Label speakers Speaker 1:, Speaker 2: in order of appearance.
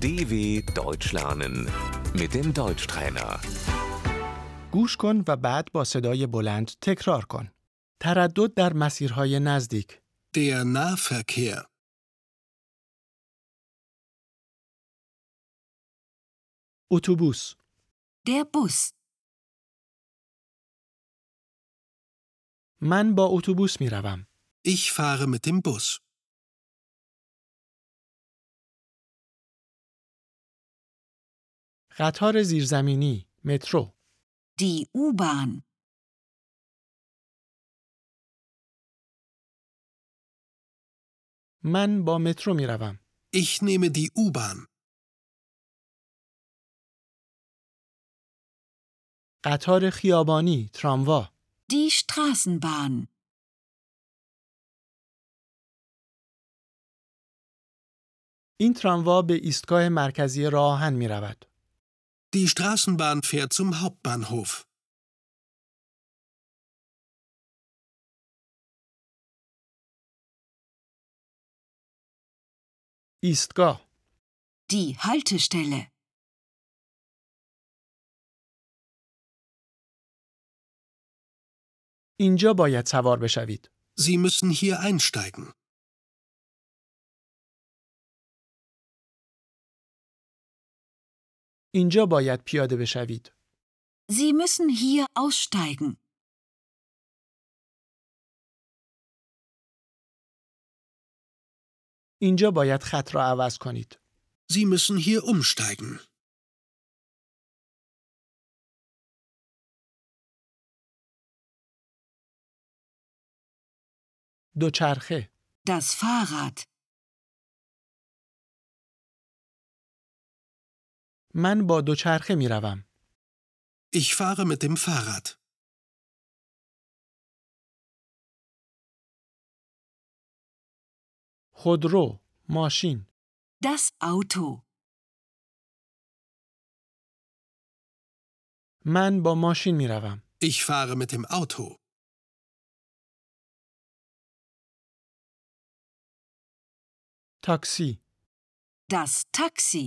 Speaker 1: DW Deutsch lernen mit dem Deutschtrainer.
Speaker 2: گوش کن و بعد با صدای بلند تکرار کن. تردد در مسیرهای نزدیک.
Speaker 3: Der Nahverkehr.
Speaker 2: اتوبوس،
Speaker 4: Der Bus.
Speaker 2: من با اتوبوس می روم.
Speaker 3: Ich fahre mit dem Bus.
Speaker 2: قطار زیرزمینی، مترو.
Speaker 4: Die U-Bahn.
Speaker 2: من با مترو می روم.
Speaker 3: Ich nehme die U-Bahn.
Speaker 2: قطار خیابانی، تراموا.
Speaker 4: Die Straßenbahn.
Speaker 2: این تراموا به ایستگاه مرکزی راه آهن می رود.
Speaker 3: Die Straßenbahn fährt zum Hauptbahnhof.
Speaker 2: ایستگاه،
Speaker 4: Die Haltestelle.
Speaker 2: اینجا باید سوار بشوید.
Speaker 3: Sie müssen hier einsteigen.
Speaker 2: اینجا باید پیاده بشوید.
Speaker 4: Sie müssen hier aussteigen.
Speaker 2: اینجا باید خط را عوض کنید.
Speaker 3: Sie müssen hier umsteigen.
Speaker 2: دوچرخه،
Speaker 4: Das Fahrrad.
Speaker 2: من با دوچرخه می روم.
Speaker 3: Ich fahre mit dem Fahrrad.
Speaker 2: خودرو، ماشین،
Speaker 4: Das Auto.
Speaker 2: من با ماشین می روم.
Speaker 3: Ich fahre mit dem Auto.
Speaker 2: تاکسی،
Speaker 4: Das Taxi.